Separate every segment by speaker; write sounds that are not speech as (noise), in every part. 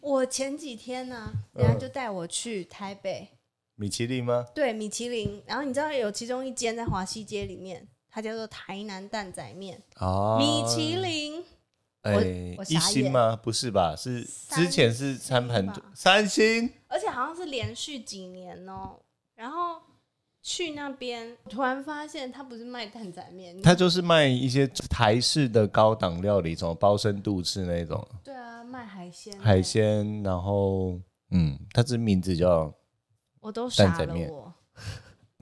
Speaker 1: 我前几天呢、人
Speaker 2: 嗯
Speaker 1: 家就带我去台北，
Speaker 2: 米其林吗？
Speaker 1: 对米其林，然后你知道有其中一间在华西街里面，它叫做台南蛋仔面，
Speaker 2: 啊
Speaker 1: 米其林。我
Speaker 2: 哎
Speaker 1: 我，傻
Speaker 2: 一
Speaker 1: 眼
Speaker 2: 星吗？不是吧？是
Speaker 1: 三
Speaker 2: 之前是餐盘
Speaker 1: 星吧
Speaker 2: 三星，
Speaker 1: 而且好像是连续几年哦、然后去那边，突然发现他不是卖蛋仔面，
Speaker 2: 它就是卖一些台式的高档料理，什么包身肚翅那种
Speaker 1: 对啊，卖海鲜、
Speaker 2: 海，鲜，然后嗯，它这名字叫
Speaker 1: 我都傻
Speaker 2: 蛋仔
Speaker 1: 了
Speaker 2: 面
Speaker 1: 我。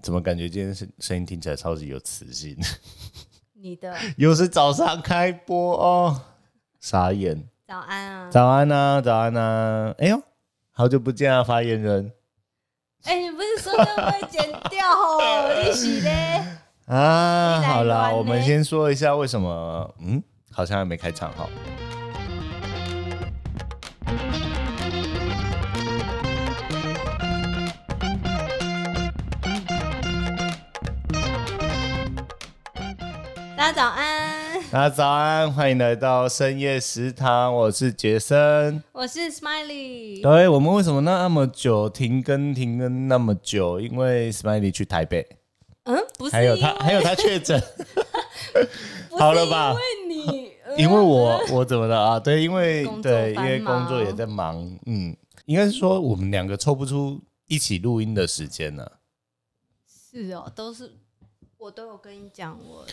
Speaker 2: 怎么感觉今天声声音听起来超级有磁性？ (laughs)
Speaker 1: 你的
Speaker 2: 又是早上开播哦，傻眼。
Speaker 1: 早安啊！
Speaker 2: 早安呐、早安呐、哎呦，好久不见啊，发言人
Speaker 1: 哎、你不是说这会剪掉哦？你是嘞？
Speaker 2: 啊。
Speaker 1: 你来
Speaker 2: 好啦，
Speaker 1: 玩
Speaker 2: 我们
Speaker 1: 呢
Speaker 2: 先说一下为什么，嗯，好像还没开场哈。
Speaker 1: 大家早安，
Speaker 2: 大家早安，欢迎来到深夜食堂，我是杰森。
Speaker 1: 我是 Smiley。
Speaker 2: 对，我们为什么那么久停更？停更那么久，因为 Smiley 去台北，
Speaker 1: 嗯，不是
Speaker 2: 还有
Speaker 1: 因
Speaker 2: 他，
Speaker 1: 为，
Speaker 2: 还有他
Speaker 1: (laughs)
Speaker 2: 确诊。
Speaker 1: 不
Speaker 2: 好
Speaker 1: 是
Speaker 2: 了吧
Speaker 1: 因为
Speaker 2: (laughs)
Speaker 1: 你，呃
Speaker 2: 因为我我怎么了啊？对，因为
Speaker 1: 工作
Speaker 2: 对，因
Speaker 1: 繁
Speaker 2: 为工作
Speaker 1: 忙
Speaker 2: 也在忙，嗯，应该是说我们两个抽不出一起录音的时间呢、
Speaker 1: 是哦，都是我都有跟你讲我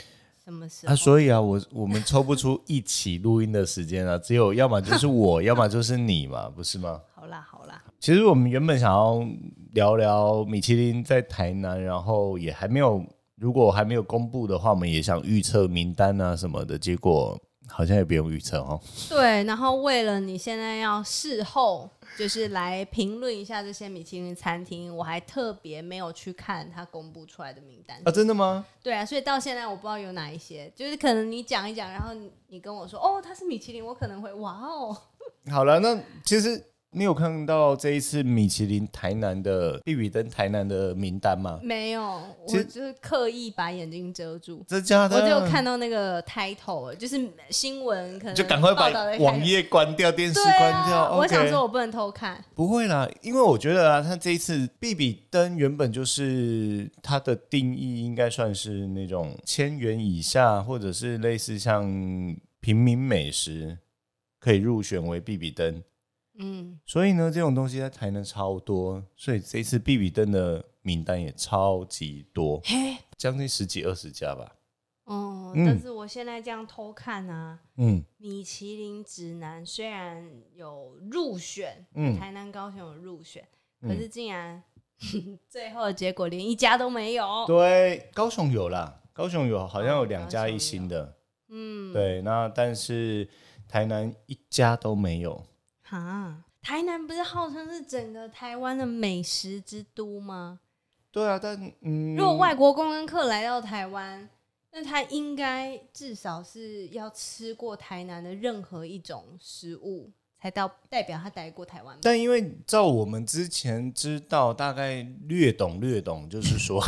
Speaker 1: 什么时
Speaker 2: 啊，
Speaker 1: 候。
Speaker 2: 所以啊，我我们抽不出一起录音的时间啊，只有要么就
Speaker 1: (laughs)
Speaker 2: 是我，要么就是你嘛，不是吗？
Speaker 1: 好啦好啦，
Speaker 2: 其实我们原本想要聊聊米其林在台南，然后也还没有，如果还没有公布的话，我们也想预测名单啊什么的，结果好像也不用预测哦。
Speaker 1: 对，然后为了你现在要事后就是来评论一下这些米其林餐厅，我还特别没有去看它公布出来的名单
Speaker 2: 啊，。真的吗？
Speaker 1: 对啊，所以到现在我不知道有哪一些，就是可能你讲一讲，然后你你跟我说哦，它是米其林，我可能会哇哦，
Speaker 2: 好了，那其实你有看到这一次米其林台南的避雨灯台南的名单吗？
Speaker 1: 没有，我
Speaker 2: 其实
Speaker 1: 就是刻意把眼睛遮住。
Speaker 2: 这家
Speaker 1: 我
Speaker 2: 的
Speaker 1: 只有看到那个 title，就是新闻可能
Speaker 2: 就赶快把
Speaker 1: 报道的
Speaker 2: 网
Speaker 1: 开始
Speaker 2: 页关掉，电视
Speaker 1: 对
Speaker 2: 关掉。
Speaker 1: 啊，我
Speaker 2: OK
Speaker 1: 想说我不能偷看，
Speaker 2: 不会啦，因为我觉得啊，他这一次比比登原本就是它的定义应该算是那种千元以下，或者是类似像平民美食可以入选为比比登。
Speaker 1: 嗯，
Speaker 2: 所以呢，这种东西在台南超多，所以这一次比比登的名单也超级多，
Speaker 1: 嘿，
Speaker 2: 将近十几二十家吧。
Speaker 1: 哦、
Speaker 2: 嗯
Speaker 1: 但是我现在这样偷看啊，
Speaker 2: 嗯，
Speaker 1: 米其林指南虽然有入选，
Speaker 2: 嗯
Speaker 1: 台南、高雄有入选，
Speaker 2: 嗯
Speaker 1: 可是竟然 (laughs) 最后的结果连一家都没有。
Speaker 2: 对，高雄有啦，高雄有好像有
Speaker 1: 哦
Speaker 2: 两
Speaker 1: 高
Speaker 2: 家
Speaker 1: 雄
Speaker 2: 一星的，
Speaker 1: 嗯，
Speaker 2: 对，那但是台南一家都没有。
Speaker 1: 哈，台南不是号称是整个台湾的美食之都吗？
Speaker 2: 对啊，但嗯，
Speaker 1: 如果外国观光客来到台湾，那他应该至少是要吃过台南的任何一种食物，才到代表他待过台湾吧。
Speaker 2: 但因为照我们之前知道，大概略懂略懂，就是
Speaker 1: (laughs)
Speaker 2: 说，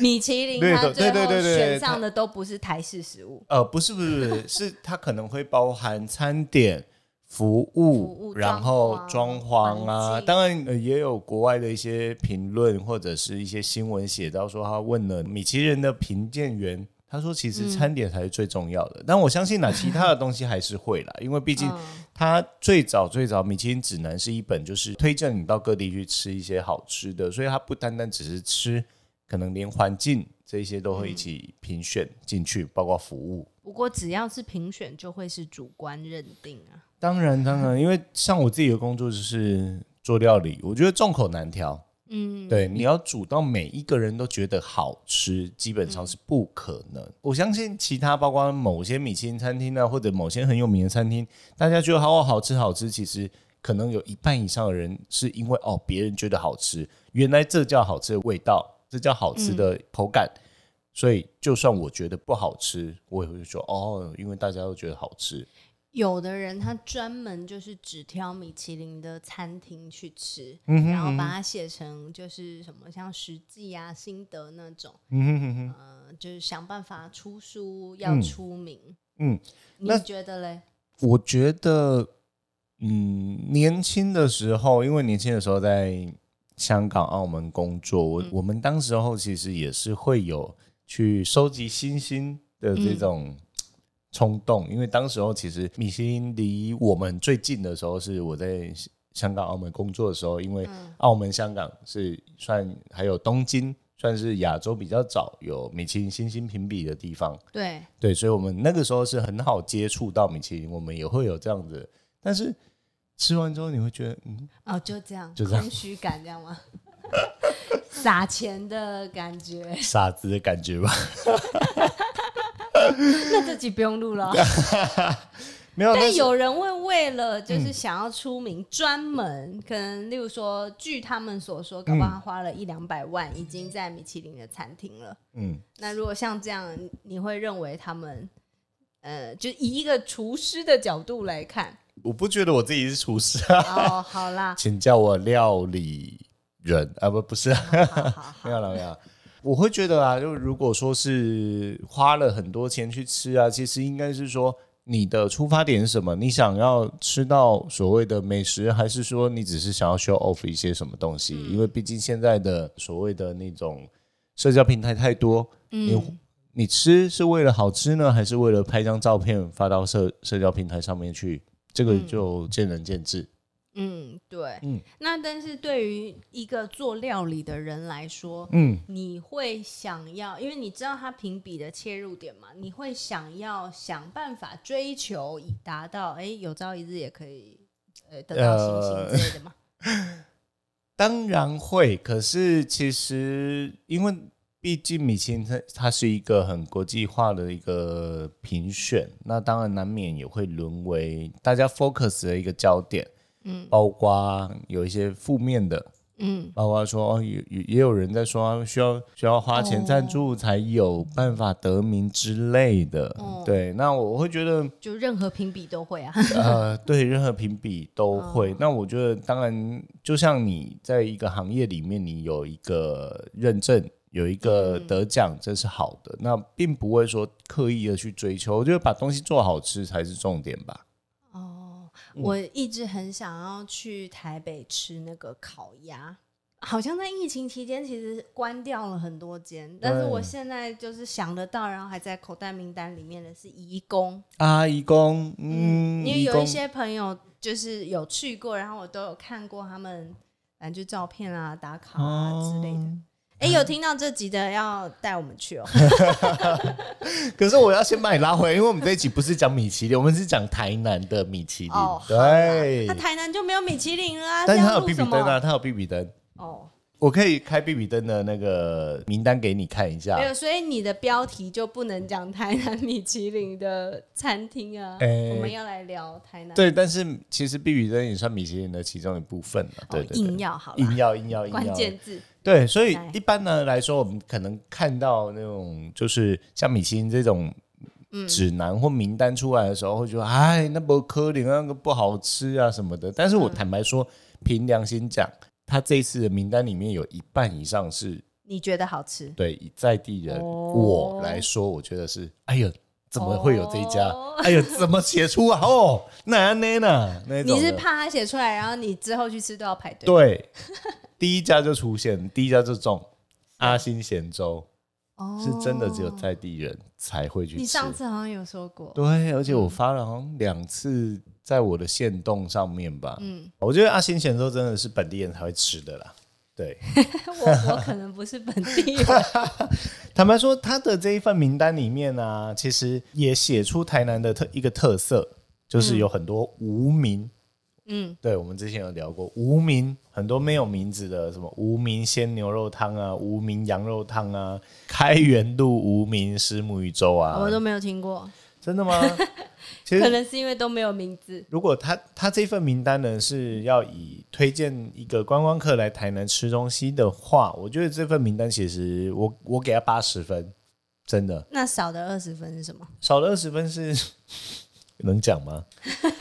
Speaker 1: 米其林
Speaker 2: 对
Speaker 1: 它
Speaker 2: 的
Speaker 1: 最
Speaker 2: 对对
Speaker 1: 后
Speaker 2: 对对
Speaker 1: 选上的都不是台式食物，
Speaker 2: 呃，不是不是不是，是它可能会包含餐点、服务，
Speaker 1: 服务
Speaker 2: 然后装
Speaker 1: 装潢
Speaker 2: 潢啊，
Speaker 1: 环境
Speaker 2: 当然、呃也有国外的一些评论或者是一些新闻写到说，他问了米其林的评鉴员。他说：“其
Speaker 1: 嗯
Speaker 2: 实餐点才是最重要的，但我相信啦，其他的东西还是会啦，因为毕竟
Speaker 1: 嗯
Speaker 2: 它最早最早《米其林指南》是一本就是推荐你到各地去吃一些好吃的，所以它不单单只是吃，可能连环境这一些都会一起评选进去，包括服务。
Speaker 1: 不过只要是评选，就会是主观认定啊。
Speaker 2: 当然，当然，因为像我自己的工作就是做料理，我觉得众口难调。
Speaker 1: 嗯，
Speaker 2: 对，你要煮到每一个人都觉得好吃，基本上是不可能。我相信其他包括某些米其林餐厅啊，或者某些很有名的餐厅，大家觉得好好吃好吃，其实可能有一半以上的人是因为哦别人觉得好吃，原来这叫好吃的味道，这叫好吃的口感。所以，就算我觉得不好吃，我也会说哦，因为大家都觉得好吃。
Speaker 1: 有的人他专门就是只挑米其林的餐厅去吃，
Speaker 2: 嗯
Speaker 1: 然后
Speaker 2: 嗯
Speaker 1: 把它写成就是什么像实际啊、心得那种，
Speaker 2: 嗯哼哼哼，
Speaker 1: 呃，就是想办法出书要出名。
Speaker 2: 嗯，
Speaker 1: 你
Speaker 2: 那
Speaker 1: 觉得嘞？
Speaker 2: 我觉得嗯，年轻的时候，因为年轻的时候在香港、澳门工作，我、我们当时候其实也是会有去收集星星的这种冲动，因为当时候其实米其林离我们最近的时候是我在香港、澳门工作的时候，因为澳门、香港是算还有东京。算是亚洲比较早有米其林星星评比的地方，
Speaker 1: 对，
Speaker 2: 对，所以我们那个时候是很好接触到米其林，我们也会有这样子。但是吃完之后，你会觉得，嗯，
Speaker 1: 哦，就这样，
Speaker 2: 就这样
Speaker 1: 空虚感，这样吗？ (laughs) 撒钱的感觉，
Speaker 2: 傻子的感觉吧？
Speaker 1: (laughs) 那这集不用录了哦。
Speaker 2: 没有，
Speaker 1: 但
Speaker 2: 哦但
Speaker 1: 有人会为了就是想要出名，专门可能例如说，据他们所说，搞不好他花了一两百万，已经在米其林的餐厅了。
Speaker 2: 嗯，
Speaker 1: 那如果像这样，你你会认为他们，呃，就以一个厨师的角度来看，
Speaker 2: 我不觉得我自己是厨师啊， (laughs)
Speaker 1: 哦，好啦，
Speaker 2: 请叫我料理人啊，不，不是啊，
Speaker 1: 好好好，
Speaker 2: (laughs) 没有了，没有啦。我会觉得啊，就如果说是花了很多钱去吃啊，其实应该是说你的出发点是什么？你想要吃到所谓的美食，还是说你只是想要 show off 一些什么东西？因为毕竟现在的所谓的那种社交平台太多，
Speaker 1: 嗯
Speaker 2: 你你吃是为了好吃呢，还是为了拍张照片发到社社交平台上面去？这个就见仁见智。
Speaker 1: 嗯，对，
Speaker 2: 嗯
Speaker 1: 那但是对于一个做料理的人来说，
Speaker 2: 嗯，
Speaker 1: 你会想要，因为你知道它评比的切入点嘛，你会想要想办法追求，以达到哎、诶有朝一日也可以呃得到星星之类的嘛。
Speaker 2: 当然会，可是其实因为毕竟米其林它它是一个很国际化的一个评选，那当然难免也会沦为大家 focus 的一个焦点。嗯，包括有一些负面的，
Speaker 1: (laughs) 嗯，
Speaker 2: 包括说哦，也也也有人在说啊需要需要花钱赞助才有办法得名之类的。
Speaker 1: 哦
Speaker 2: 对，那我会觉得。
Speaker 1: 就任何评比都会啊。 (laughs)
Speaker 2: 呃，对，任何评比都
Speaker 1: 嗯
Speaker 2: 会。那我觉得，当然，就像你在一个行业里面，你有一个认证，有一个
Speaker 1: 嗯
Speaker 2: 得奖，这是好的。那并不会说刻意的去追求，我觉得把东西做好吃才是重点吧。
Speaker 1: 哦，我一直很想要去台北吃那个烤鸭，好像在疫情期间其实关掉了很多间，但是我
Speaker 2: 对
Speaker 1: 现在就是想得到，然后还在口袋名单里面的是移工，
Speaker 2: 啊，义工，嗯，
Speaker 1: 因为
Speaker 2: 义
Speaker 1: 有
Speaker 2: 工
Speaker 1: 一些朋友就是有去过，然后我都有看过他们，反正就照片啊、打卡
Speaker 2: 哦
Speaker 1: 啊之类的。哎、有听到这集的要带我们去哦。
Speaker 2: (laughs) 可是我要先把你拉回来，因为我们这一集不是讲米其林，我们是讲台南的米其林。
Speaker 1: 哦好
Speaker 2: 对
Speaker 1: (laughs) 那，台南就没有米其林了啊，
Speaker 2: 但是
Speaker 1: 这样
Speaker 2: 它有
Speaker 1: 录
Speaker 2: 比比
Speaker 1: 什么
Speaker 2: 灯啊，它有比比灯。
Speaker 1: 哦，
Speaker 2: 我可以开比比灯的那个名单给你看一下。
Speaker 1: 没有，所以你的标题就不能讲台南米其林的餐厅啊。
Speaker 2: 哎
Speaker 1: 我们要来聊台南，
Speaker 2: 对，但是其实必比登也算米其林的其中一部分了。对
Speaker 1: 哦，
Speaker 2: 对
Speaker 1: 硬
Speaker 2: 对，
Speaker 1: 要好
Speaker 2: 硬
Speaker 1: 了，
Speaker 2: 要硬要硬
Speaker 1: 关
Speaker 2: 要。
Speaker 1: 键字
Speaker 2: 对，所以
Speaker 1: 来
Speaker 2: 一般呢来说，我们可能看到那种就是像米其林这种
Speaker 1: 嗯
Speaker 2: 指南或名单出来的时候，会觉得哎，那不可能，那个不好吃啊什么的。但是
Speaker 1: 嗯
Speaker 2: 我坦白说，凭良心讲，他这一次的名单里面有一半以上是
Speaker 1: 你觉得好吃？
Speaker 2: 对以在地人、
Speaker 1: 哦
Speaker 2: 我来说，我觉得是哎呦。怎么会有这一家？
Speaker 1: 哦
Speaker 2: 哎呦，怎么写出啊？哦，那安内呢？那种
Speaker 1: 你是
Speaker 2: 的
Speaker 1: 怕他写出来，然后你之后去吃都要排队？
Speaker 2: 对，第一家就出现，第一家就中阿新咸粥，
Speaker 1: 哦，
Speaker 2: 是真的只有在地人才会去
Speaker 1: 你
Speaker 2: 吃。
Speaker 1: 上次好像有说过，
Speaker 2: 对，而且我发了好像两次在我的线动上面吧。
Speaker 1: 嗯
Speaker 2: 嗯，我觉得阿新咸粥真的是本地人才会吃的啦。对，
Speaker 1: (laughs) 我我可能不是本地人， (laughs)
Speaker 2: 坦白说，他的这一份名单里面呢、啊，其实也写出台南的特一个特色，就是有很多无名。
Speaker 1: 嗯，
Speaker 2: 对，我们之前有聊过无名，很多没有名字的，什么无名鲜牛肉汤啊，无名羊肉汤啊，开元路无名石母鱼粥啊
Speaker 1: 我，都没有听过，(laughs)
Speaker 2: 真的吗？其
Speaker 1: 可
Speaker 2: 实
Speaker 1: 能是因为都没有名字。
Speaker 2: 如果他他这份名单呢是要以推荐一个观光客来台南吃东西的话，我觉得这份名单其实我我给他八十分，真的
Speaker 1: 那少的二十分是什么？
Speaker 2: 少了二十分是 (laughs) 能讲吗？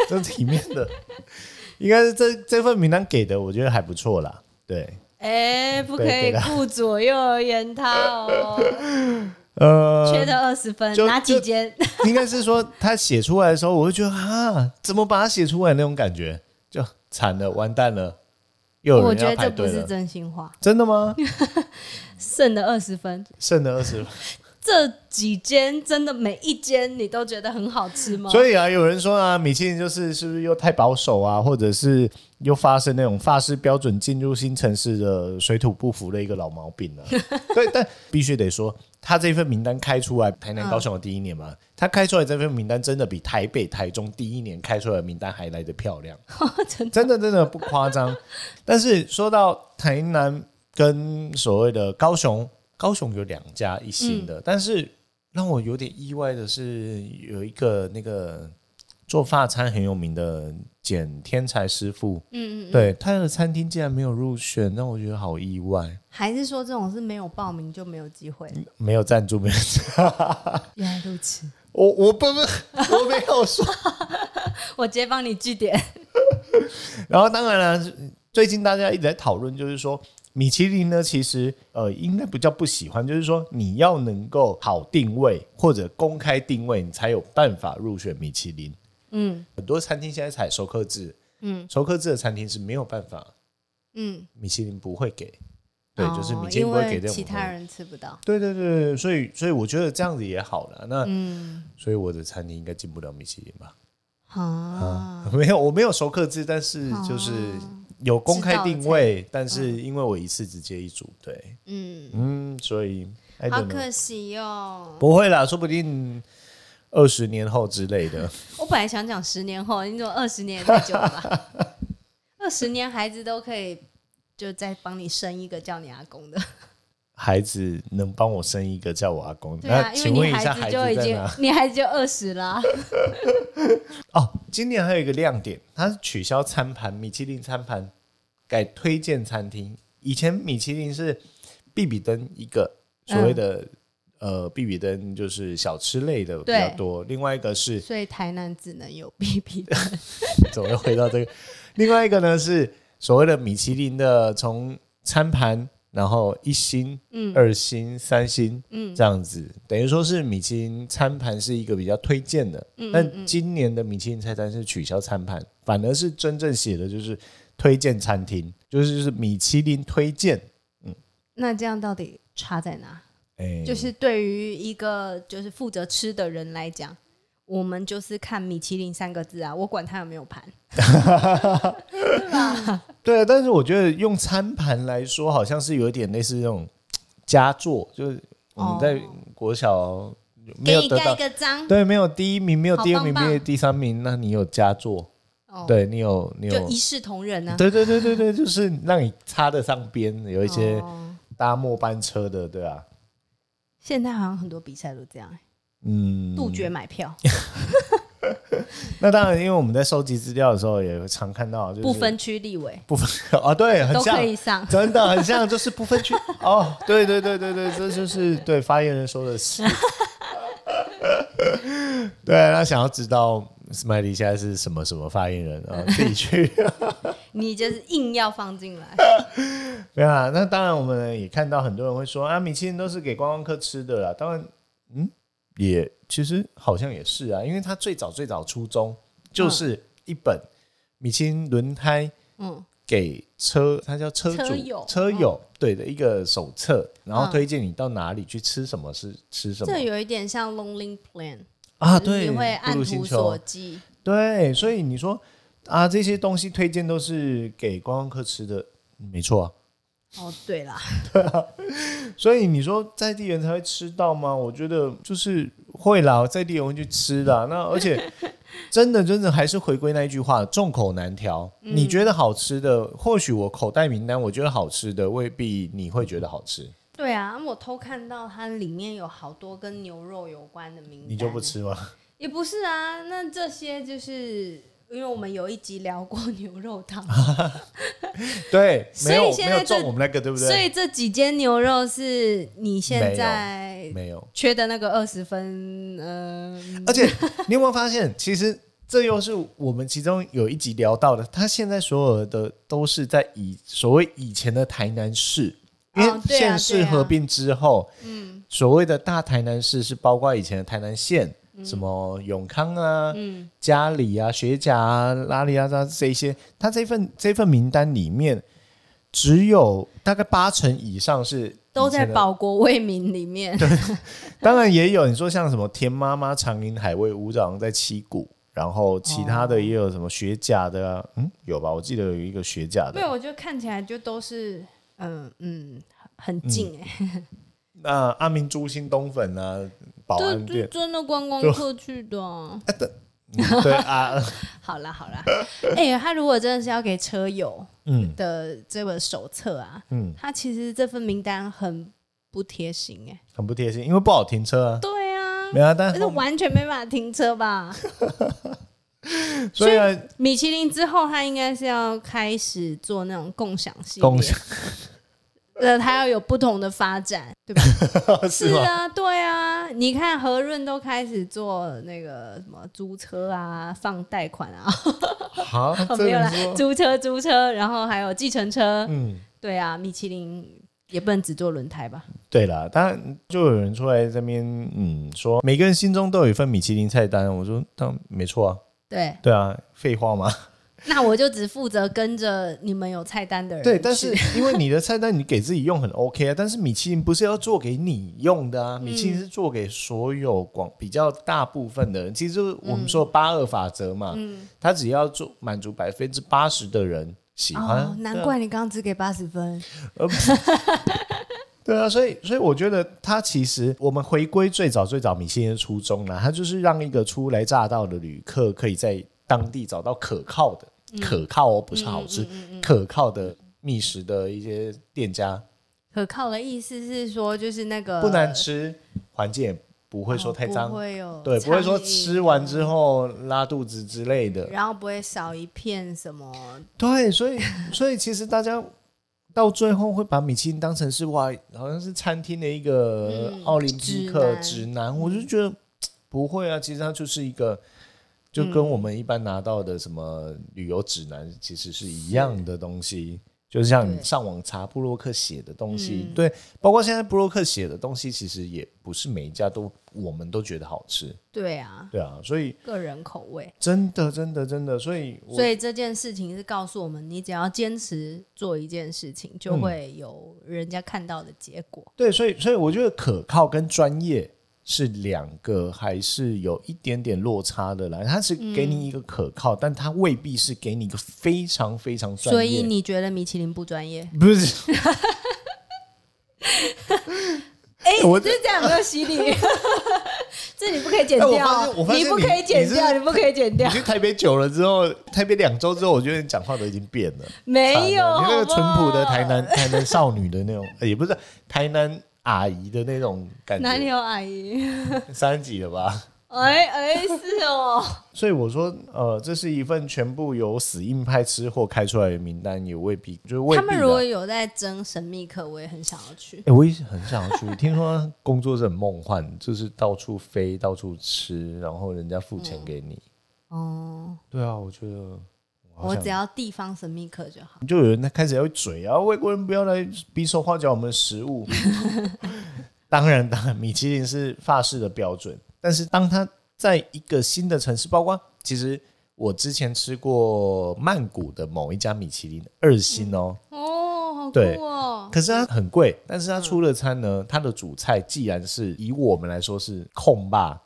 Speaker 2: 这里面的 (laughs) 应该是这这份名单给的，我觉得还不错啦，对。
Speaker 1: 哎、不可
Speaker 2: 对
Speaker 1: 以
Speaker 2: 对啦
Speaker 1: 顾左右而言他 (laughs) 哦， (laughs)
Speaker 2: 呃，
Speaker 1: 缺的二十分，
Speaker 2: 就
Speaker 1: 哪几
Speaker 2: 就
Speaker 1: 间？
Speaker 2: 应该是说他写出来的时候，我会觉得啊，怎么把它写出来那种感觉。就惨了，完蛋了，又有
Speaker 1: 我
Speaker 2: 人
Speaker 1: 觉
Speaker 2: 要
Speaker 1: 得
Speaker 2: 排
Speaker 1: 这不
Speaker 2: 队
Speaker 1: 是
Speaker 2: 了。
Speaker 1: 真心话，
Speaker 2: 真的吗？
Speaker 1: 剩的二十分，
Speaker 2: 剩了二十，
Speaker 1: 这几间真的每一间你都觉得很好吃吗？
Speaker 2: 所以啊，有人说啊，米其林就是是不是又太保守啊，或者是又发生那种法式标准进入新城市的水土不服的一个老毛病 (laughs) 了、对，但必须得说，他这份名单开出来，台南、高雄的第一年嘛，他开出来这份名单真的比台北、台中第一年开出来的名单还来得漂 (laughs) 亮，哦真的真的真的不夸 (laughs) 张。但是说到台南跟所谓的高雄，高雄有两家一星的，但是让我有点意外的是，有一个那个做法餐很有名的简天才师傅，
Speaker 1: 嗯嗯嗯，
Speaker 2: 对他的餐厅竟然没有入选，让我觉得好意外。
Speaker 1: 还是说这种是没有报名就没有机会？
Speaker 2: 没有赞助， (laughs) 没有赞助
Speaker 1: 原来如此， (laughs)
Speaker 2: 我我不不，我没有说。
Speaker 1: 我直接帮你据点。
Speaker 2: 然后当然了，最近大家一直在讨论，就是说米其林呢，其实呃应该不叫不喜欢，就是说你要能够好定位或者公开定位，你才有办法入选米其林。
Speaker 1: 嗯
Speaker 2: 很多餐厅现在采熟客制，
Speaker 1: 嗯
Speaker 2: 熟客制的餐厅是没有办法，
Speaker 1: 嗯，
Speaker 2: 米其林不会给。对，就是
Speaker 1: 哦
Speaker 2: 米其林
Speaker 1: 因
Speaker 2: 不会给
Speaker 1: 为
Speaker 2: 这种
Speaker 1: 其他
Speaker 2: 人。
Speaker 1: 人吃不到。
Speaker 2: 对对对对，所以所以我觉得这样子也好了。那、
Speaker 1: 嗯
Speaker 2: 所以我的餐厅应该进不了米其林吧？ (laughs)
Speaker 1: 啊，
Speaker 2: 没有，我没有熟客制，但是
Speaker 1: 哦
Speaker 2: 就是有公开定位，但是因为我一次只接一组，对，
Speaker 1: 嗯，
Speaker 2: 嗯，所以 I
Speaker 1: 好
Speaker 2: don't know
Speaker 1: 可惜哦。
Speaker 2: 不会啦，说不定二十年后之类的，
Speaker 1: 我本来想讲十年后，你怎么二十年也太久了吧？
Speaker 2: (laughs)
Speaker 1: 二十年孩子都可以，就再帮你生一个叫你阿公的。
Speaker 2: 孩子能帮我生一个叫我阿公，
Speaker 1: 对
Speaker 2: 那
Speaker 1: 啊，因为
Speaker 2: 请
Speaker 1: 你
Speaker 2: 问一下
Speaker 1: 子
Speaker 2: 孩子
Speaker 1: 就已
Speaker 2: 在
Speaker 1: 经
Speaker 2: 哪？，
Speaker 1: 你孩子就二十啦。
Speaker 2: 哦，今年还有一个亮点，它是取消餐盘，米其林餐盘改推荐餐厅。以前米其林是必比登一个所谓的、呃必比登，就是小吃类的比较
Speaker 1: 对
Speaker 2: 多，另外一个是
Speaker 1: 所以台南只能有 BB 的。
Speaker 2: 总要回到这个，另外一个呢是所谓的米其林的从餐盘，然后一星、
Speaker 1: 嗯
Speaker 2: 二星、三星
Speaker 1: 嗯
Speaker 2: 这样子，等于说是米其林餐盘是一个比较推荐的。
Speaker 1: 嗯嗯
Speaker 2: 但今年的米其林菜单是取消餐盘，反而是真正写的就是推荐餐厅，就是就是米其林推荐。
Speaker 1: 那这样到底差在哪？
Speaker 2: 哎、
Speaker 1: 就是对于一个就是负责吃的人来讲，我们就是看米其林三个字啊，我管他有没有盘。
Speaker 2: 对，啊但是我觉得用餐盘来说，好像是有点类似那种佳作，就是我们在
Speaker 1: 哦
Speaker 2: 国小没
Speaker 1: 给
Speaker 2: 有
Speaker 1: 你
Speaker 2: 得
Speaker 1: 盖
Speaker 2: 到
Speaker 1: 一。个章，
Speaker 2: (laughs) 对，没有第一名，没有
Speaker 1: 好
Speaker 2: 第二
Speaker 1: 棒
Speaker 2: 名，没有
Speaker 1: 棒
Speaker 2: 第三名，那你有佳作，
Speaker 1: 哦，
Speaker 2: 对你有你
Speaker 1: 就
Speaker 2: 有
Speaker 1: 一，视同仁啊。
Speaker 2: 对对对对对，就是让你插得上边，有一些
Speaker 1: 哦
Speaker 2: 搭末班车的，对啊，
Speaker 1: 现在好像很多比赛都这样、欸，
Speaker 2: 嗯，
Speaker 1: 杜绝买票，
Speaker 2: 那当然，因为我们在收集资料的时候也常看到，就是
Speaker 1: 不分区立委
Speaker 2: 不分 (laughs) 哦，对，很
Speaker 1: 都
Speaker 2: 像
Speaker 1: 可，以上。
Speaker 2: (laughs)
Speaker 1: (laughs)
Speaker 2: 真的很像，就是不分区哦，对对对对对，这就是对发言人说的是。 (laughs) 对，那想要知道 Smiley 现在是什么什么发言人啊，自己去。
Speaker 1: 你就是硬要放进
Speaker 2: (laughs)
Speaker 1: 来，
Speaker 2: 对啊，那当然我们也看到很多人会说啊，米其林都是给观光客吃的啦。当然，嗯，也其实好像也是啊，因为它最早最早初衷就是一本米其林轮胎
Speaker 1: 嗯，
Speaker 2: 给车，它叫车主
Speaker 1: 车友哦
Speaker 2: 友对的一个手册，然后
Speaker 1: 嗯
Speaker 2: 推荐你到哪里去吃什么是吃什么
Speaker 1: 这有一点像 Lonely Plan
Speaker 2: 啊，
Speaker 1: 就是
Speaker 2: 对，
Speaker 1: 你会
Speaker 2: 步
Speaker 1: 按
Speaker 2: 入星
Speaker 1: 图
Speaker 2: 球
Speaker 1: 索骥。
Speaker 2: 对，所以你说啊，这些东西推荐都是给观光客吃的，没错啊。
Speaker 1: 哦，对啦， (laughs)
Speaker 2: 所以你说在地人才会吃到吗？我觉得就是会啦，在地人会去吃的啊。那而且真的真的还是回归那一句话，众口难调。
Speaker 1: 嗯
Speaker 2: 你觉得好吃的，或许我口袋名单我觉得好吃的，未必你会觉得好吃，
Speaker 1: 对啊，我偷看到它里面有好多跟牛肉有关的名单，
Speaker 2: 你就不吃吗？ (laughs)
Speaker 1: 也不是啊，那这些就是因为我们有一集聊过牛肉汤，
Speaker 2: 啊对，
Speaker 1: 所
Speaker 2: 没
Speaker 1: 以
Speaker 2: 有
Speaker 1: 现
Speaker 2: 没
Speaker 1: 在
Speaker 2: 有中
Speaker 1: 这
Speaker 2: 我们那个，对不
Speaker 1: 所
Speaker 2: 对？
Speaker 1: 以这几间牛肉是你现在
Speaker 2: 没有。
Speaker 1: 缺的那个二十分，呃，
Speaker 2: 而且你有没有发现，其实这又是我们其中有一集聊到的，他现在所有的都是在以所谓以前的台南市，因为
Speaker 1: 哦对啊
Speaker 2: 县市
Speaker 1: 对啊
Speaker 2: 合并之后，嗯，所谓的大台南市是包括以前的台南县，什么永康啊、嗯、嘉里啊、学甲啊、拉里啊这些，它这份这份名单里面，只有大概八成以上是
Speaker 1: 都在
Speaker 2: 以前的。
Speaker 1: 保国卫民里面。
Speaker 2: 当然也有你说像什么田妈妈、长宁海味五长在七股，然后其他的也有什么学甲的、啊，嗯，有吧？我记得有一个学甲
Speaker 1: 对，
Speaker 2: 的。
Speaker 1: 我觉得看起来就都是，嗯嗯，很近哎、
Speaker 2: 那阿明珠、新东粉啊，保安
Speaker 1: 就
Speaker 2: 店，
Speaker 1: 真的观光客去的啊、
Speaker 2: 嗯对啊， (laughs)
Speaker 1: 好啦好啦，哎、他如果真的是要给车友
Speaker 2: 嗯
Speaker 1: 的这本手册啊，
Speaker 2: 嗯，
Speaker 1: 他其实这份名单很不贴心哎、
Speaker 2: 很不贴心，因为不好停车啊。
Speaker 1: 对啊，
Speaker 2: 没有、啊，但
Speaker 1: 但是完全没办法停车吧？
Speaker 2: 所以啊，
Speaker 1: 米其林之后，他应该是要开始做那种共享系列，
Speaker 2: 共享
Speaker 1: (laughs) 呃，他要有不同的发展，对吧？
Speaker 2: (laughs) 是吗？
Speaker 1: 啊，对啊，你看和润都开始做那个什么租车啊、放贷款
Speaker 2: (laughs)
Speaker 1: 啊，
Speaker 2: 好，这
Speaker 1: 没有
Speaker 2: 么
Speaker 1: 啦，
Speaker 2: 说，
Speaker 1: 租车、租车，然后还有计程车，
Speaker 2: 嗯，
Speaker 1: 对啊，米其林也不能只做轮胎吧？
Speaker 2: 对啦，当然就有人出来这边，嗯，说每个人心中都有一份米其林菜单。我说，当然没错啊，
Speaker 1: 对，
Speaker 2: 对啊，废话嘛。
Speaker 1: 那我就只负责跟着你们有菜单的人去。
Speaker 2: 对，但是因为你的菜单你给自己用很 OK 啊，但是米其林不是要做给你用的啊，米
Speaker 1: 嗯
Speaker 2: 其林是做给所有广比较大部分的人。其实就是我
Speaker 1: 嗯
Speaker 2: 们说八二法则嘛，他只要做满足百分之八十的人喜欢，
Speaker 1: 哦，
Speaker 2: 对
Speaker 1: 难
Speaker 2: 啊
Speaker 1: 怪你刚刚只给八十分。
Speaker 2: 对啊，所以所以我觉得它其实我们回归最早最早米其林的初衷啦，它就是让一个初来乍到的旅客可以在当地找到可靠的、
Speaker 1: 嗯
Speaker 2: 可靠哦，不是好吃，可靠的觅食的一些店家，
Speaker 1: 可靠的意思是说，就是那个
Speaker 2: 不难吃，环境也不会说太
Speaker 1: 呃
Speaker 2: 脏
Speaker 1: 哦不，会有
Speaker 2: 对，不会说
Speaker 1: 苍蝇嗯
Speaker 2: 吃完之后拉肚子之类的，
Speaker 1: 然后不会少一片什么，
Speaker 2: (laughs) 对，所以所以其实大家到最后会把米其林当成是哇，好像是餐厅的一个
Speaker 1: 嗯
Speaker 2: 奥林匹克
Speaker 1: 指嗯
Speaker 2: 指南，我就觉得嘖嗯不会啊，其实它就是一个。就跟我们一般拿到的什么旅游指南其实是一样的东西，就是像你
Speaker 1: 嗯对
Speaker 2: 上网查布洛克写的东西，
Speaker 1: 嗯
Speaker 2: 对，包括现在布洛克写的东西，其实也不是每一家都我们都觉得好吃，
Speaker 1: 对啊，
Speaker 2: 对啊，所以
Speaker 1: 个人口味。
Speaker 2: 真的真的真的，所以我
Speaker 1: 所以这件事情是告诉我们，你只要坚持做一件事情，就
Speaker 2: 嗯
Speaker 1: 会有人家看到的结果。
Speaker 2: 对，所以所以我觉得可靠跟专业是两个还是有一点点落差的啦。它是
Speaker 1: 嗯
Speaker 2: 给你一个可靠，但它未必是给你一个非常非常专业。
Speaker 1: 所以你觉得米其林不专业？
Speaker 2: 不是
Speaker 1: (laughs) 哎、
Speaker 2: (laughs) 我
Speaker 1: 就是这样，有没有洗礼。 (laughs) 这你不可以剪
Speaker 2: 哎我
Speaker 1: 掉
Speaker 2: 发现我，发现
Speaker 1: 不可以
Speaker 2: 你
Speaker 1: 剪
Speaker 2: 你
Speaker 1: 掉，
Speaker 2: 是
Speaker 1: 你不可以剪
Speaker 2: 你
Speaker 1: 掉，
Speaker 2: 去台北久了之后，台北两周之后，我觉得你讲话都已经变了。
Speaker 1: 没有，
Speaker 2: 惨了你
Speaker 1: 好不
Speaker 2: 那个淳
Speaker 1: 哎好
Speaker 2: 朴的台南台南少女的那种，呃也不是台南阿姨的那种感
Speaker 1: 哪里
Speaker 2: 觉，
Speaker 1: 有阿姨？
Speaker 2: 三十几了吧？
Speaker 1: 哎哎，是哦，
Speaker 2: 所以我说，呃，这是一份全部由死硬派吃货开出来的名单，也未必就是未必
Speaker 1: 他
Speaker 2: 啦。
Speaker 1: 们如果有在争神秘客，我也很想要去。
Speaker 2: 欸我一直很想要去，听说工作是很梦幻，就是到处飞、到处吃，然后人家付钱给你。
Speaker 1: 哦，
Speaker 2: 对啊，我觉得好
Speaker 1: 我
Speaker 2: 想
Speaker 1: 只要地方神秘客就好。
Speaker 2: 就有人开始要嘴啊，外国人不要来比手画脚我们的食物。 (laughs) 当然，当然，米其林是法式的标准，但是当他在一个新的城市，包括其实我之前吃过曼谷的某一家米其林二星哦，
Speaker 1: 哦，好
Speaker 2: 对
Speaker 1: 酷哦！
Speaker 2: 可是它很贵，但是它出的餐呢，它的主菜既然是以我们来说是控吧，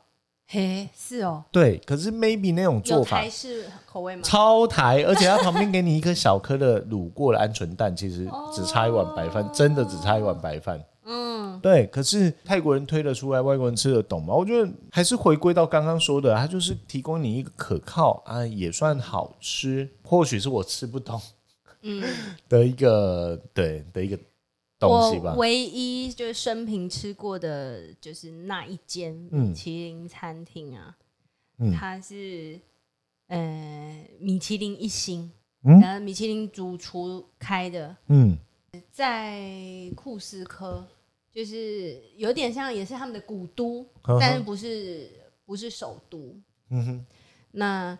Speaker 1: 嘿，是哦，
Speaker 2: 对，可是 maybe 那种
Speaker 1: 有
Speaker 2: 做法
Speaker 1: 台式口味吗？
Speaker 2: 超台，而且它旁边给你一颗小颗的卤过的鹌鹑蛋，其实只差一
Speaker 1: 哦
Speaker 2: 碗白饭，真的只差一碗白饭。
Speaker 1: 嗯，
Speaker 2: 对，可是泰国人推得出来，外国人吃得懂吗？我觉得还是回归到刚刚说的，它就是提供你一个可靠啊，也算好吃，或许是我吃不懂，嗯，的一个对的一个东
Speaker 1: 我
Speaker 2: 西吧。
Speaker 1: 唯一就是生平吃过的，就是那一间米其林餐厅啊，
Speaker 2: 嗯
Speaker 1: 它是呃米其林一星，
Speaker 2: 嗯
Speaker 1: 然后米其林主厨开的，
Speaker 2: 嗯
Speaker 1: 在库斯科，就是有点像也是他们的古都，
Speaker 2: 呵呵
Speaker 1: 但是不是不是首都。
Speaker 2: 嗯哼，
Speaker 1: 那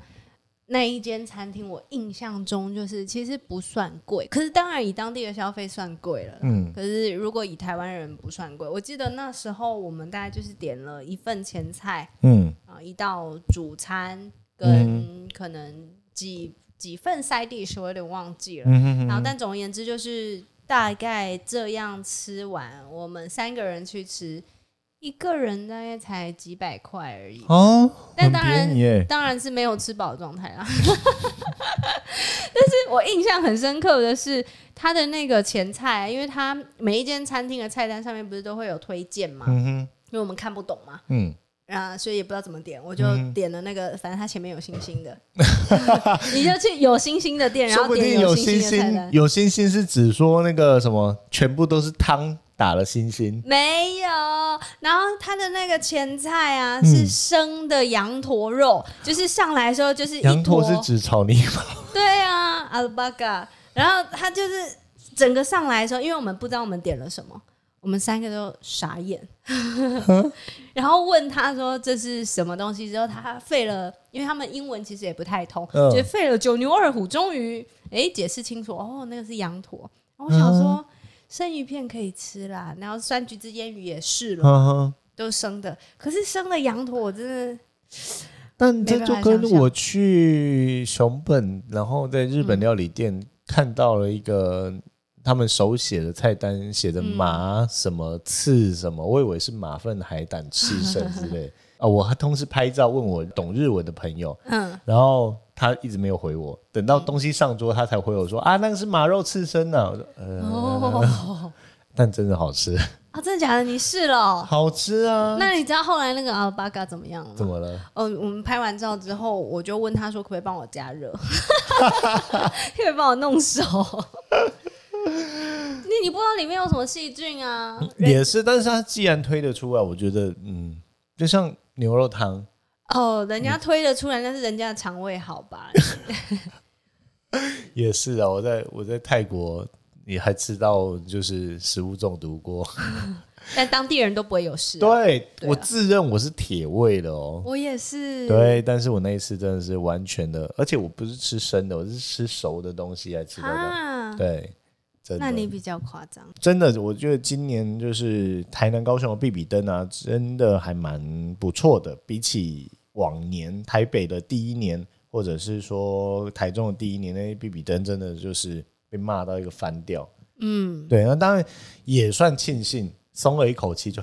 Speaker 1: 那一间餐厅，我印象中就是其实不算贵，可是当然以当地的消费算贵了。
Speaker 2: 嗯
Speaker 1: 嗯，可是如果以台湾人不算贵，我记得那时候我们大概就是点了一份前菜
Speaker 2: 嗯
Speaker 1: 啊，一道主餐跟可能几几份 side dish，我有点忘记了。
Speaker 2: 嗯哼哼
Speaker 1: 然后但总而言之就是大概这样吃完，我们三个人去吃，一个人大概才几百块而已。
Speaker 2: 哦，
Speaker 1: 但
Speaker 2: 很
Speaker 1: 当然
Speaker 2: 便宜耶，
Speaker 1: 当然是没有吃饱的状态啦。 (laughs) 但是我印象很深刻的是它的那个前菜，因为它每一间餐厅的菜单上面不是都会有推荐嘛，
Speaker 2: 嗯哼，
Speaker 1: 因为我们看不懂嘛，
Speaker 2: 嗯，
Speaker 1: 啊，所以也不知道怎么点，我就点了那个，反正它前面有星星
Speaker 2: (laughs)
Speaker 1: 的， (laughs) 你就去有星星的店，然
Speaker 2: 说
Speaker 1: 后
Speaker 2: 不
Speaker 1: 点
Speaker 2: 定有
Speaker 1: 星
Speaker 2: 星
Speaker 1: 的菜
Speaker 2: 星
Speaker 1: 单，。
Speaker 2: 有星星是指说那个什么，全部都是汤打了星星，
Speaker 1: 没有，然后它的那个前菜啊
Speaker 2: 嗯
Speaker 1: 是生的羊驼肉，就是上来的时候就是一
Speaker 2: 羊驼
Speaker 1: 坨
Speaker 2: 是指草泥马，
Speaker 1: 对啊，阿鲁巴嘎。然后他就是整个上来的时候，因为我们不知道我们点了什么，我们三个都傻
Speaker 2: (laughs)
Speaker 1: 眼。然后问他说这是什么东西之后，他费了，因为他们英文其实也不太通，
Speaker 2: 嗯
Speaker 1: 就费了九牛二虎，终于哎解释清楚，哦，那个是羊驼。然后我想
Speaker 2: 嗯
Speaker 1: 说。生鱼片可以吃啦，然后酸橘子腌鱼也是了，
Speaker 2: 嗯哼。
Speaker 1: 都生的。可是生的羊驼，我真
Speaker 2: (laughs)
Speaker 1: 的
Speaker 2: (laughs) 但这就跟
Speaker 1: 没办法想象嗯
Speaker 2: 我去熊本，然后在日本料理店看到了一个他们手写的菜单，写
Speaker 1: 嗯
Speaker 2: 着麻什么刺什么，我以为是马粪、海胆、刺身之
Speaker 1: (laughs)
Speaker 2: 类啊。我同时拍照问我懂日文的朋友，
Speaker 1: 嗯，
Speaker 2: 然后他一直没有回我，等到东西上桌，他才回我说啊，那个是马肉刺身呢、啊。我说呃，
Speaker 1: 哦，
Speaker 2: 但真的好吃，
Speaker 1: 啊，真的假的？你试了哦、
Speaker 2: (laughs) 好吃啊！
Speaker 1: 那你知道后来那个阿尔巴嘎怎么样了
Speaker 2: 怎
Speaker 1: 吗？
Speaker 2: 么了？
Speaker 1: 嗯、我们拍完照之后，我就问他说，可不可以帮我加
Speaker 2: (laughs)
Speaker 1: 热，可不可以帮我弄熟？那你不知道里面有什么细菌啊？
Speaker 2: 嗯也是，但是他既然推得出来，我觉得嗯，就像牛肉汤。
Speaker 1: 哦，人家推得出来，那是人家的肠胃好
Speaker 2: (laughs)
Speaker 1: 吧？
Speaker 2: 也是啊，我在我在泰国也还吃到就是食物中毒过。
Speaker 1: 但当地人都不会有事啊、
Speaker 2: (laughs) 对
Speaker 1: 对啊
Speaker 2: 我自认我是铁胃的哦。
Speaker 1: 我也是。
Speaker 2: 对，但是我那一次真的是完全的，而且我不是吃生的，我是吃熟的东西来吃的。
Speaker 1: 啊，
Speaker 2: 对，真
Speaker 1: 那
Speaker 2: 的，
Speaker 1: 你比较夸张。
Speaker 2: 真的，我觉得今年就是台南、高雄的必比登啊，真的还蛮不错的，比起往年台北的第一年，或者是说台中的第一年，那些必比登真的就是被骂到一个翻掉。
Speaker 1: 嗯，
Speaker 2: 对，那当然也算庆幸，松了一口气就，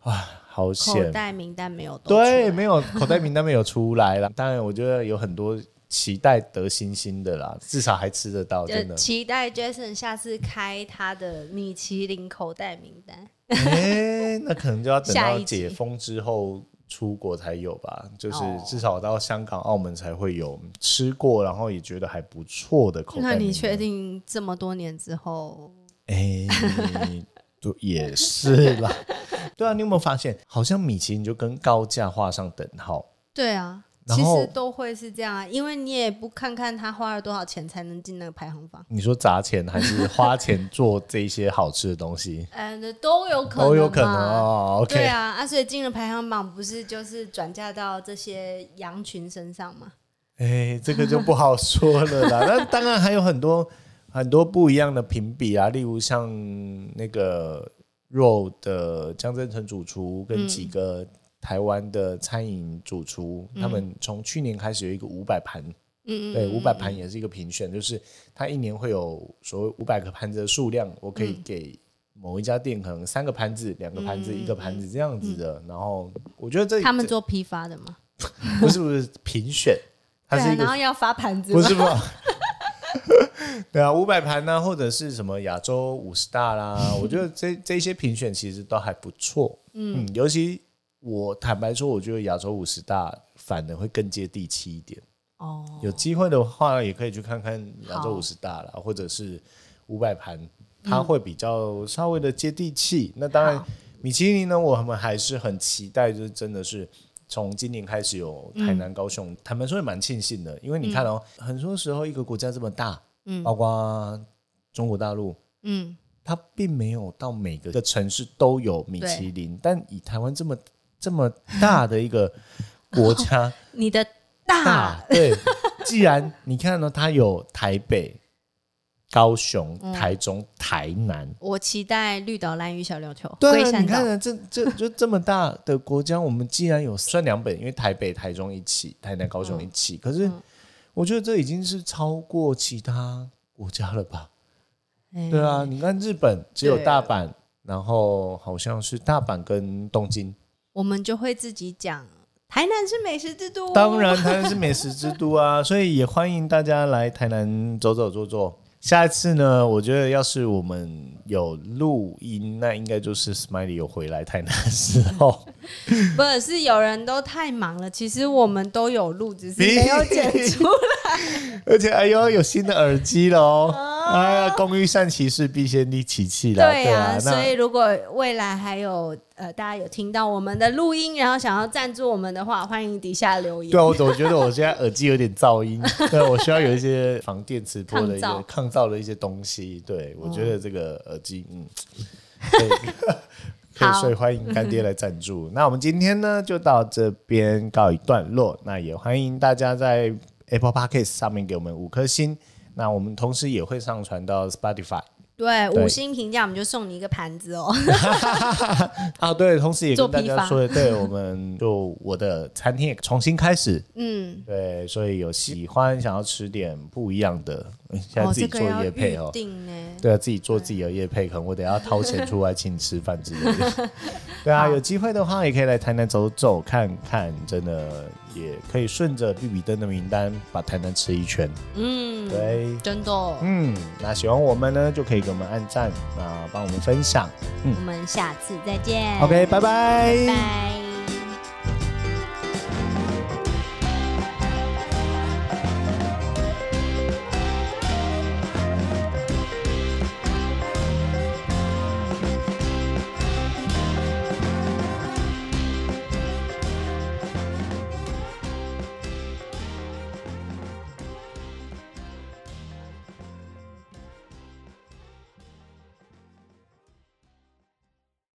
Speaker 2: 啊，好
Speaker 1: 口
Speaker 2: 险，
Speaker 1: 袋名单没有都出来。
Speaker 2: 对，没有口袋名单没有出来啦。当然，我觉得有很多期待得星星的啦，至少还吃得到，真
Speaker 1: 就
Speaker 2: 的。
Speaker 1: 期待 Jason 下次开他的米其林口袋名单。
Speaker 2: 哎、那可能就要等
Speaker 1: 下
Speaker 2: 到
Speaker 1: 一集
Speaker 2: 解封之后出国才有
Speaker 1: (laughs)
Speaker 2: 吧，就是
Speaker 1: 哦
Speaker 2: 至少到香港、澳门才会有吃过，然后也觉得还不错的口袋名
Speaker 1: 那
Speaker 2: 单。
Speaker 1: 你确定这么多年之后？
Speaker 2: 哎、对，也是啦。 (laughs) 对啊，你有没有发现，好像米其林就跟高价画上等号？
Speaker 1: 对啊，
Speaker 2: 然
Speaker 1: 其
Speaker 2: 后
Speaker 1: 实都会是这样啊，因为你也不看看他花了多少钱才能进那个排行榜，，
Speaker 2: 你说砸钱还是花钱做这一些好吃的东西
Speaker 1: 呃，都有 (laughs) 可能，
Speaker 2: 都有可能。哦。
Speaker 1: 对
Speaker 2: OK，、
Speaker 1: 啊，啊，所以进了排行榜不是就是转嫁到这些羊群身上吗？
Speaker 2: 哎、这个就不好说了
Speaker 1: (laughs)
Speaker 2: 啦。那当然还有很多很多不一样的评比啊，例如像那个肉的江真诚主厨跟几个台湾的餐饮主厨，他们从去年开始有一个五百盘
Speaker 1: 嗯嗯嗯，
Speaker 2: 对，
Speaker 1: 嗯
Speaker 2: 五百盘也是一个评选，就是它一年会有所谓五百个盘子的数量，我可
Speaker 1: 嗯
Speaker 2: 以给某一家店可能三个盘子、两个盘子、一个盘子这样子的。然后我觉得这
Speaker 1: 嗯他们做批发的嘛，
Speaker 2: 这不是不是评选，它
Speaker 1: 对
Speaker 2: 是
Speaker 1: 啊
Speaker 2: 一，
Speaker 1: 然
Speaker 2: 个
Speaker 1: 后要发盘子
Speaker 2: 不
Speaker 1: 嘛，
Speaker 2: 是不是。 (laughs) 对啊，五百盘呐，或者是什么亚洲五十大啦，我觉得这这些评选其实都还不错。嗯，尤其我坦白说，我觉得亚洲五十大反而会更接地气一点。
Speaker 1: 哦，
Speaker 2: 有机会的话，也可以去看看亚洲
Speaker 1: 好嗯
Speaker 2: 五十大啦，或者是五百盘，它会比较稍微的接地气。那当然
Speaker 1: 好，
Speaker 2: 米其林呢，我们还是很期待，就是真的是。从今年开始有台南、高雄，坦白说也蛮庆幸的，因为你看哦，很多时候一个国家这么大，
Speaker 1: 嗯
Speaker 2: 包括中国大陆，
Speaker 1: 嗯，
Speaker 2: 它并没有到每个城市都有米其林，但以台湾这
Speaker 1: (laughs)
Speaker 2: 么
Speaker 1: 哦
Speaker 2: 这么大的一个国家， (laughs)
Speaker 1: 你的大
Speaker 2: 大，对，既然你看到它有台北、高雄、
Speaker 1: 嗯
Speaker 2: 台中、台南，
Speaker 1: 我期待绿岛、蓝屿、小琉球、
Speaker 2: 对
Speaker 1: 龟
Speaker 2: 啊，
Speaker 1: 山
Speaker 2: 你
Speaker 1: 岛
Speaker 2: 看。啊，这这就这么大的国家，我们既然有算两本，因为台北、台中一起，台南、高雄一
Speaker 1: 嗯
Speaker 2: 起，可是我觉得这已经是超过其他国家了吧？
Speaker 1: 哎
Speaker 2: 对啊，，你看日本只有
Speaker 1: 对
Speaker 2: 大阪，然后好像是大阪跟东京，
Speaker 1: 我们就会自己讲，台南是美食之都。
Speaker 2: 当然台南是美食之都啊，所以也欢迎大家来台南走走坐坐。下一次呢，我觉得要是我们有录音，那应该就是 Smiley 有回来台南的时
Speaker 1: (laughs)
Speaker 2: 候。
Speaker 1: 不是有人都太忙了，其实我们都有录，只是没有剪出。
Speaker 2: 而且哎呦，有新的耳机喽！哎呀，工欲善其事，必先利其器啦。 (laughs) 对
Speaker 1: 哦啊，所以
Speaker 2: 那
Speaker 1: 如果未来还有呃大家有听到我们的录音，然后想要赞助我们的话，欢迎底下留言。
Speaker 2: 对啊，我总觉得我现在耳机有点
Speaker 1: (laughs)
Speaker 2: 噪音，对啊我需要有一些防电磁波的一
Speaker 1: 抗
Speaker 2: 些
Speaker 1: 噪哦
Speaker 2: 抗噪的一些东西。对，我觉得这个耳机，
Speaker 1: (laughs)
Speaker 2: 嗯，可以可以，
Speaker 1: 好
Speaker 2: 所以欢迎干爹来赞助。那我们今天呢，就到这边告一段落。那也欢迎大家在 Apple Podcast 上面给我们五颗星。那我们同时也会上传到 Spotify。
Speaker 1: 对，
Speaker 2: 对
Speaker 1: 五星评价我们就送你一个盘子哦。
Speaker 2: 啊，对，同时也
Speaker 1: 做
Speaker 2: 跟大
Speaker 1: 批
Speaker 2: 家
Speaker 1: 发
Speaker 2: 说，对
Speaker 1: (laughs)
Speaker 2: 我们就我的餐厅也重新开始，
Speaker 1: 嗯，
Speaker 2: 对，所以有喜欢想要吃点不一样的，嗯 (laughs) 现在
Speaker 1: 哦，
Speaker 2: 自己
Speaker 1: 这个
Speaker 2: 做
Speaker 1: 要
Speaker 2: 夜配
Speaker 1: 预
Speaker 2: 哦，
Speaker 1: 定呢。
Speaker 2: 对啊，自己做自己的夜配，可能我得要掏钱出
Speaker 1: (laughs)
Speaker 2: 来请吃饭之类的。对啊，有机会的话也可以来台南走走看看，真的也可以顺着比比登的名单把台南吃一圈。
Speaker 1: 嗯，
Speaker 2: 对，
Speaker 1: 真的哦，
Speaker 2: 嗯，那喜欢我们呢，就可以给我们按赞，那帮我们分享。
Speaker 1: 我们下次再见。
Speaker 2: OK，拜拜
Speaker 1: 嗯拜。